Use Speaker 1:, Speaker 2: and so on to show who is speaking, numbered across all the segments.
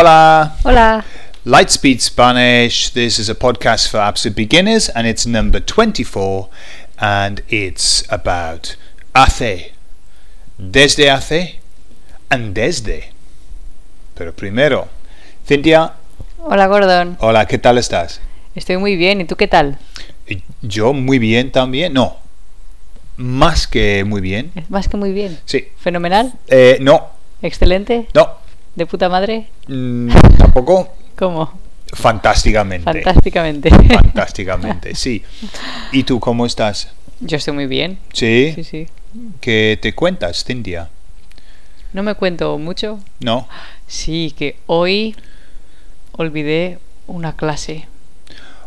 Speaker 1: Hola!
Speaker 2: Hola.
Speaker 1: Lightspeed Spanish. This is a podcast for absolute beginners and it's number 24 and it's about hace, desde hace and desde. Pero primero, Cintia,
Speaker 2: Hola, Gordon.
Speaker 1: hola, ¿qué tal estás?
Speaker 2: Estoy muy bien. ¿Y tú qué tal?
Speaker 1: Yo muy bien también, no, más que muy bien.
Speaker 2: Más que muy bien.
Speaker 1: Sí,
Speaker 2: Fenomenal.
Speaker 1: Eh, no,
Speaker 2: Excelente.
Speaker 1: no,
Speaker 2: De puta madre.
Speaker 1: Mm, tampoco
Speaker 2: ¿Cómo?
Speaker 1: fantásticamente.
Speaker 2: Fantásticamente.
Speaker 1: Fantásticamente, sí. ¿Y tú cómo estás?
Speaker 2: Yo estoy muy bien.
Speaker 1: ¿Sí?
Speaker 2: Sí, sí.
Speaker 1: ¿Qué te cuentas, Cintia?
Speaker 2: No me cuento mucho.
Speaker 1: ¿No?
Speaker 2: Sí, que hoy olvidé una clase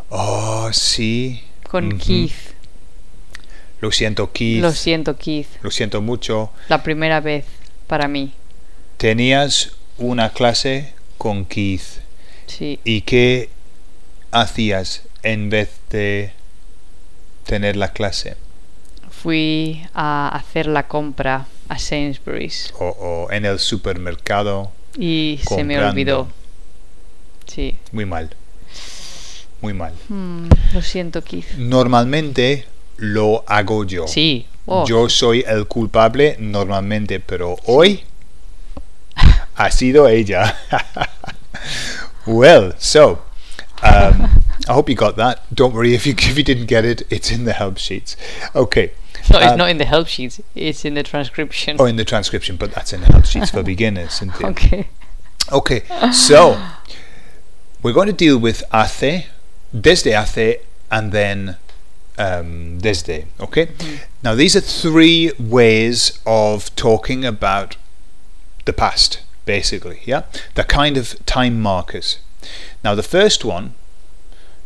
Speaker 1: Oh, sí.
Speaker 2: con
Speaker 1: Ujú.
Speaker 2: Keith.
Speaker 1: Lo siento, Keith.
Speaker 2: Lo siento, Keith.
Speaker 1: Lo siento mucho.
Speaker 2: La primera vez para mí.
Speaker 1: Tenías una clase con Keith.
Speaker 2: Sí.
Speaker 1: ¿Y qué hacías en vez de tener la clase?
Speaker 2: Fui a hacer la compra a Sainsbury's
Speaker 1: O, o en el supermercado.
Speaker 2: y se me
Speaker 1: Comprando.
Speaker 2: olvidó. Sí.
Speaker 1: Muy mal. Muy mal.
Speaker 2: Mm, lo siento, Keith.
Speaker 1: Normalmente lo hago yo.
Speaker 2: Sí. Oh,
Speaker 1: Yo soy el culpable normalmente, pero hoy ha sido ella. well, so um, I hope you got that. Don't worry if you if you didn't get it, it's in the help sheets. Okay.
Speaker 2: No, it's
Speaker 1: Um,
Speaker 2: not in the help sheets. It's in the transcription.
Speaker 1: Or in the transcription, but that's in the help sheets for beginners. Cynthia.
Speaker 2: Mm. okay.
Speaker 1: Okay, so we're going to deal with hace, desde hace, and then um, desde. Okay, now these are three ways of talking about the past, basically. Yeah, they're kind of time markers. Now, the first one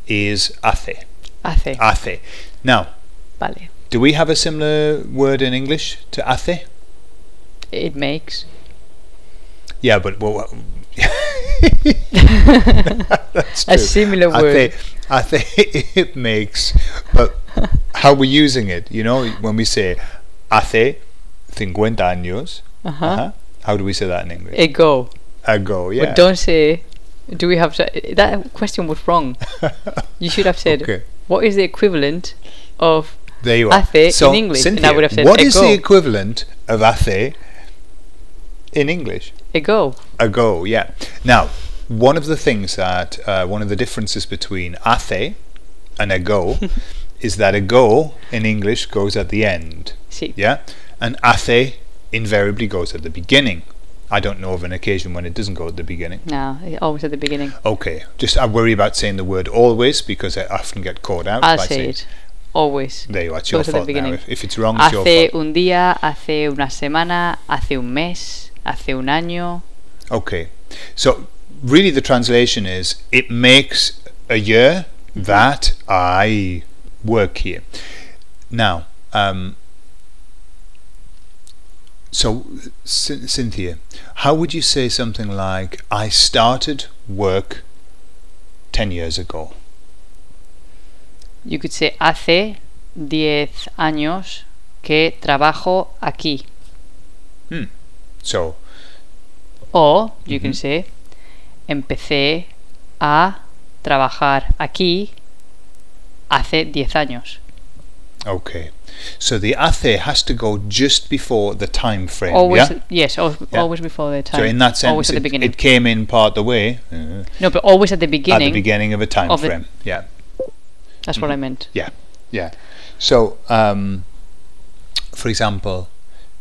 Speaker 1: is hace.
Speaker 2: Hace.
Speaker 1: Hace. Now,
Speaker 2: Vale.
Speaker 1: do we have a similar word in English to hace?
Speaker 2: It makes.
Speaker 1: Yeah, but well, that's
Speaker 2: A
Speaker 1: true.
Speaker 2: similar
Speaker 1: I
Speaker 2: word.
Speaker 1: think, I think it makes, but how we're using it, you know, when we say hace 50 años,
Speaker 2: Uh-huh.
Speaker 1: uh-huh, how do we say that in English?
Speaker 2: Ego.
Speaker 1: Ago, yeah.
Speaker 2: But don't say. Eh, Do we have to, that question was wrong? You should have said.
Speaker 1: Okay.
Speaker 2: What is the equivalent of?
Speaker 1: There you are.
Speaker 2: hace
Speaker 1: so,
Speaker 2: in English, and I
Speaker 1: Cynthia,
Speaker 2: would have said
Speaker 1: what is the
Speaker 2: ago.
Speaker 1: equivalent of hace in English?
Speaker 2: Ego.
Speaker 1: Ago, yeah. Now, one of the things that, uh, one of the differences between hace and ago is that ago in English goes at the end.
Speaker 2: Sí.
Speaker 1: Yeah, and athe invariably goes at the beginning. I don't know of an occasion when it doesn't go at the beginning.
Speaker 2: No, it always at the beginning.
Speaker 1: Okay, just I worry about saying the word always because I often get caught out.
Speaker 2: I'll
Speaker 1: by
Speaker 2: say
Speaker 1: saying-
Speaker 2: it. Always.
Speaker 1: There you are. It's your
Speaker 2: Goes at the
Speaker 1: fault now.
Speaker 2: beginning.
Speaker 1: If, if it's wrong, it's your
Speaker 2: Hace
Speaker 1: fault.
Speaker 2: un día, hace una semana, hace un mes, hace un año.
Speaker 1: Okay, so really the translation is it makes a year that I work here. Now, um, so C- Cynthia, how would you say something like I started work ten years ago?
Speaker 2: You could say hace 10 años que trabajo aquí.
Speaker 1: So
Speaker 2: O you can
Speaker 1: Ujú.
Speaker 2: say empecé a trabajar aquí hace 10 años.
Speaker 1: okay, so the athe has to go just before the time frame.
Speaker 2: Always
Speaker 1: yeah.
Speaker 2: yes, al-
Speaker 1: Yeah.
Speaker 2: always before the time.
Speaker 1: So in that sense,
Speaker 2: always at the
Speaker 1: it,
Speaker 2: beginning.
Speaker 1: it came in part the way uh,
Speaker 2: no, but always at the
Speaker 1: at the
Speaker 2: beginning.
Speaker 1: beginning of a time
Speaker 2: of it.
Speaker 1: frame. Yeah.
Speaker 2: That's what I meant.
Speaker 1: Yeah, yeah. So, um, for example,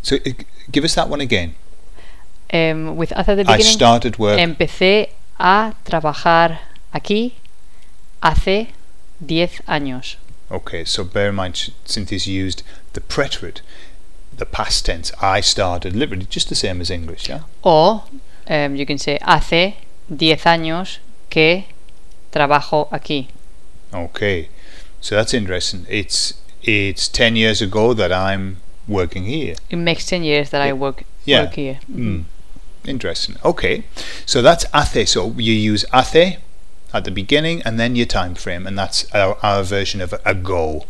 Speaker 1: so uh, give us that one again.
Speaker 2: Um, with hace at the
Speaker 1: I
Speaker 2: beginning.
Speaker 1: started work.
Speaker 2: Empecé a trabajar aquí hace 10 años.
Speaker 1: okay, so bear in mind, sh- Cynthia's used the preterite, the past tense. I started, literally just the same as English. Yeah.
Speaker 2: O em, you can say hace 10 años que trabajo aquí.
Speaker 1: Okay, so that's interesting. It's it's ten years ago that I'm working here.
Speaker 2: It makes 10 years that I work,
Speaker 1: Yeah.
Speaker 2: work here.
Speaker 1: Mm. Interesting. Okay, so that's athe. So you use athe at the beginning and then your time frame, and that's our, our version of ago.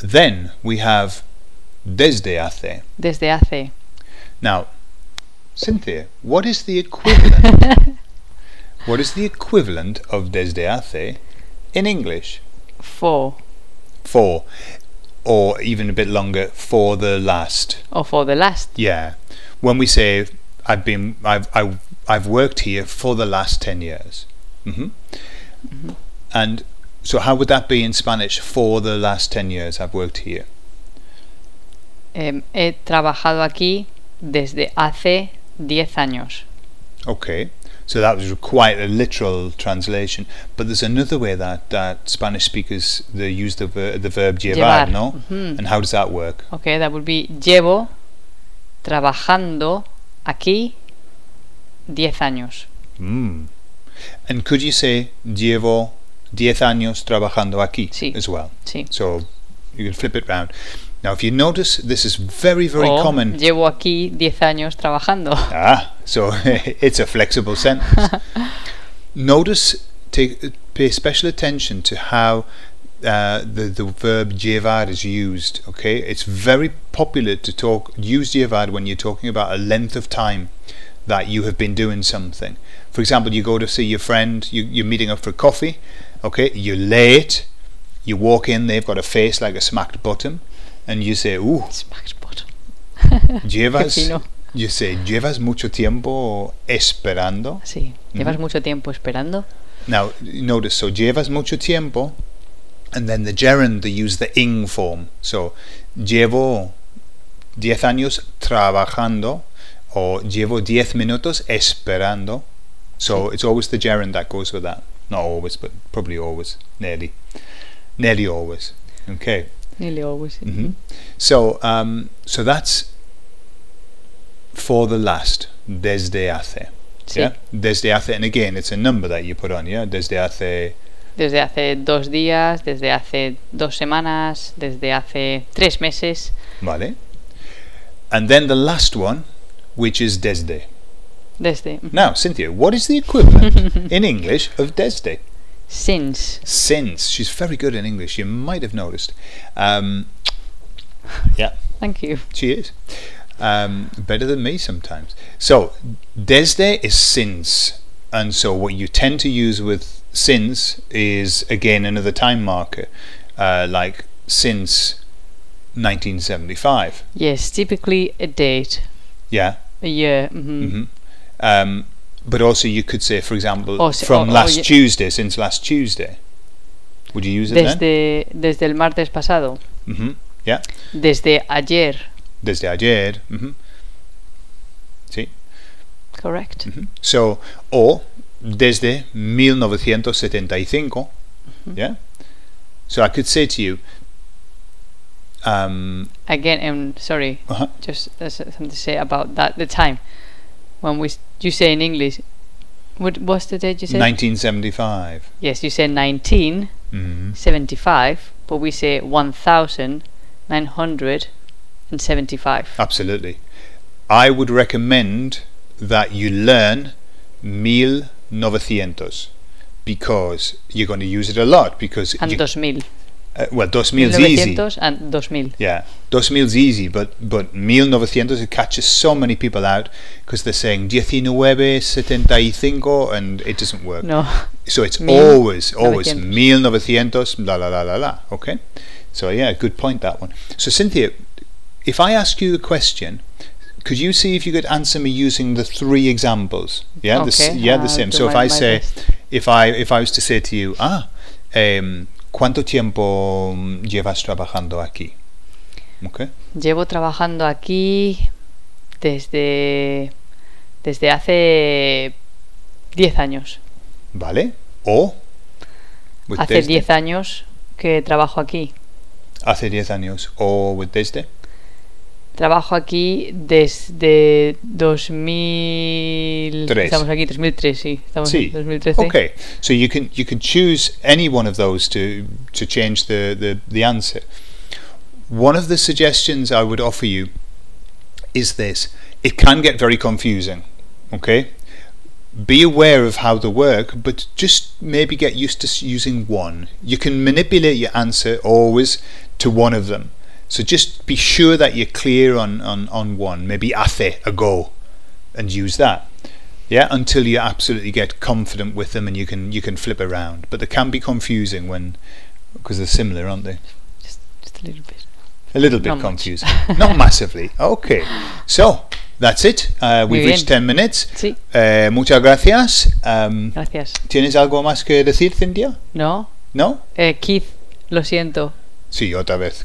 Speaker 1: Then we have desde athe.
Speaker 2: Desde hace.
Speaker 1: Now, Cynthia, what is the equivalent What is the equivalent of desde hace in English?
Speaker 2: for
Speaker 1: For, or even a bit longer, for the last.
Speaker 2: or for the last.
Speaker 1: Yeah. When we say I've been I've I, I've worked here for the last 10 years. hmm
Speaker 2: Mm-hmm.
Speaker 1: And so how would that be in Spanish for the last 10 years I've worked here?
Speaker 2: Em, he trabajado aquí desde hace 10 años.
Speaker 1: Okay. So that was quite a literal translation, but there's another way that, that Spanish speakers they use the ver- the verb llevar,
Speaker 2: Llevar.
Speaker 1: no?
Speaker 2: Mhm.
Speaker 1: And how does that work?
Speaker 2: Okay, that would be llevo trabajando aquí 10 años.
Speaker 1: Mm. And could you say llevo 10 años trabajando aquí
Speaker 2: Sí.
Speaker 1: as well?
Speaker 2: Sí.
Speaker 1: So you can flip it round. Now, if you notice, this is very, very
Speaker 2: O
Speaker 1: common.
Speaker 2: Llevo aquí 10 años trabajando.
Speaker 1: Ah, so it's a flexible sentence. notice, take, pay special attention to how uh, the, the verb llevar is used. Okay, it's very popular to talk use llevar when you're talking about a length of time that you have been doing something. For example, you go to see your friend, you, you're meeting up for coffee. Okay, you're late. You walk in, they've got a face like a smacked bottom, and you say, "Ooh,
Speaker 2: Smash bottom.
Speaker 1: llevas."
Speaker 2: Qué fino.
Speaker 1: Yo sé, llevas mucho tiempo esperando.
Speaker 2: Sí. ¿Llevas mucho tiempo esperando?
Speaker 1: Now, notice, so llevas mucho tiempo, and then the gerund, they use the ing form. So, llevo 10 años trabajando, or llevo 10 minutos esperando. So, it's always the gerund that goes with that. Not always, but probably always, nearly. Nearly always. Okay.
Speaker 2: Nearly always.
Speaker 1: hmm So, um, so that's for the last, desde hace.
Speaker 2: Sí.
Speaker 1: Yeah. Desde hace, and again, it's a number that you put on. Yeah. Desde hace.
Speaker 2: Desde hace dos días, desde hace dos semanas, desde hace tres meses.
Speaker 1: Vale. And then the last one, which is desde.
Speaker 2: Desde. mm,
Speaker 1: Now, Cynthia, what is the equivalent in English of desde?
Speaker 2: Since.
Speaker 1: Since. She's very good in English. You might have noticed. Um, yeah,
Speaker 2: Thank you.
Speaker 1: she is. Um, better than me sometimes. So, desde is since. And so, what you tend to use with since is again another time marker, uh, like since 1975.
Speaker 2: Yes, typically a date.
Speaker 1: Yeah.
Speaker 2: A year. mhm.
Speaker 1: hmm Um, but also, you could say, for example,
Speaker 2: Oh, so-
Speaker 1: from
Speaker 2: oh, oh,
Speaker 1: last
Speaker 2: ye-
Speaker 1: Tuesday, since last Tuesday. Would you use it then?
Speaker 2: Desde, desde el martes pasado.
Speaker 1: hmm Yeah.
Speaker 2: Desde ayer.
Speaker 1: Desde ayer. hmm Sí.
Speaker 2: Correct.
Speaker 1: hmm So, or desde 1975. Yeah. So I could say to you, um,
Speaker 2: Again, and sorry,
Speaker 1: uh-huh,
Speaker 2: just there's something to say about that. The time when we s- you say in English, what was the date you said?
Speaker 1: 1975.
Speaker 2: Yes, you say 1975,
Speaker 1: hmm
Speaker 2: but we say 1975.
Speaker 1: Absolutely. I would recommend that you learn 1900 because you're going to use it a lot because
Speaker 2: And
Speaker 1: you,
Speaker 2: 2000.
Speaker 1: uh, well 2000's easy.
Speaker 2: 1900 and 2000.
Speaker 1: Yeah, 2000's easy, but but 1900 it catches so many people out because they're saying 1975 and it doesn't work.
Speaker 2: No.
Speaker 1: So it's
Speaker 2: Mil
Speaker 1: always, always
Speaker 2: 900.
Speaker 1: 1900, la la la la la. Okay? So, yeah, good point that one. So, Cynthia, if I ask you a question, could you see if you could answer me using the three examples? Yeah, the, s-
Speaker 2: Okay,
Speaker 1: yeah, the
Speaker 2: I'll
Speaker 1: same.
Speaker 2: do
Speaker 1: So, if
Speaker 2: my-
Speaker 1: I
Speaker 2: my
Speaker 1: say,
Speaker 2: best.
Speaker 1: if I if I was to say to you, ah, um, ¿cuánto tiempo mm, llevas trabajando aquí? Okay.
Speaker 2: Llevo trabajando aquí desde desde hace 10 años.
Speaker 1: Vale. O. with
Speaker 2: Hace
Speaker 1: desde.
Speaker 2: 10 años que trabajo aquí.
Speaker 1: Hace 10 años. O with desde.
Speaker 2: Trabajo aquí desde 2000.
Speaker 1: Tres.
Speaker 2: Estamos aquí 2003, sí. Estamos
Speaker 1: Sí.
Speaker 2: en 2013.
Speaker 1: Okay, so you can you can choose any one of those to to change the, the the answer. One of the suggestions I would offer you is this: it can get very confusing. Okay, be aware of how they work, but just maybe get used to s- using one. You can manipulate your answer always to one of them. So just be sure that you're clear on on on one. Maybe hace ago, and use that. yeah until you absolutely get confident with them and you can you can flip around but they can be confusing when because they're similar aren't they
Speaker 2: Just, just a little bit.
Speaker 1: a little bit
Speaker 2: Not much.
Speaker 1: confusing not massively okay so that's it uh, we've
Speaker 2: Muy
Speaker 1: reached
Speaker 2: bien.
Speaker 1: 10 minutes
Speaker 2: Sí,
Speaker 1: Eh, muchas gracias um,
Speaker 2: gracias.
Speaker 1: ¿tienes algo más que decir Cintia?
Speaker 2: No,
Speaker 1: ¿no?
Speaker 2: eh, Keith, lo siento.
Speaker 1: sí otra vez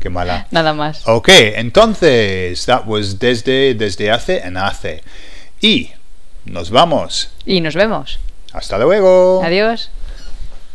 Speaker 1: qué mala
Speaker 2: Nada más.
Speaker 1: ok entonces that was desde desde hace en hace y nos vamos
Speaker 2: Y nos vemos.
Speaker 1: hasta luego
Speaker 2: Adiós.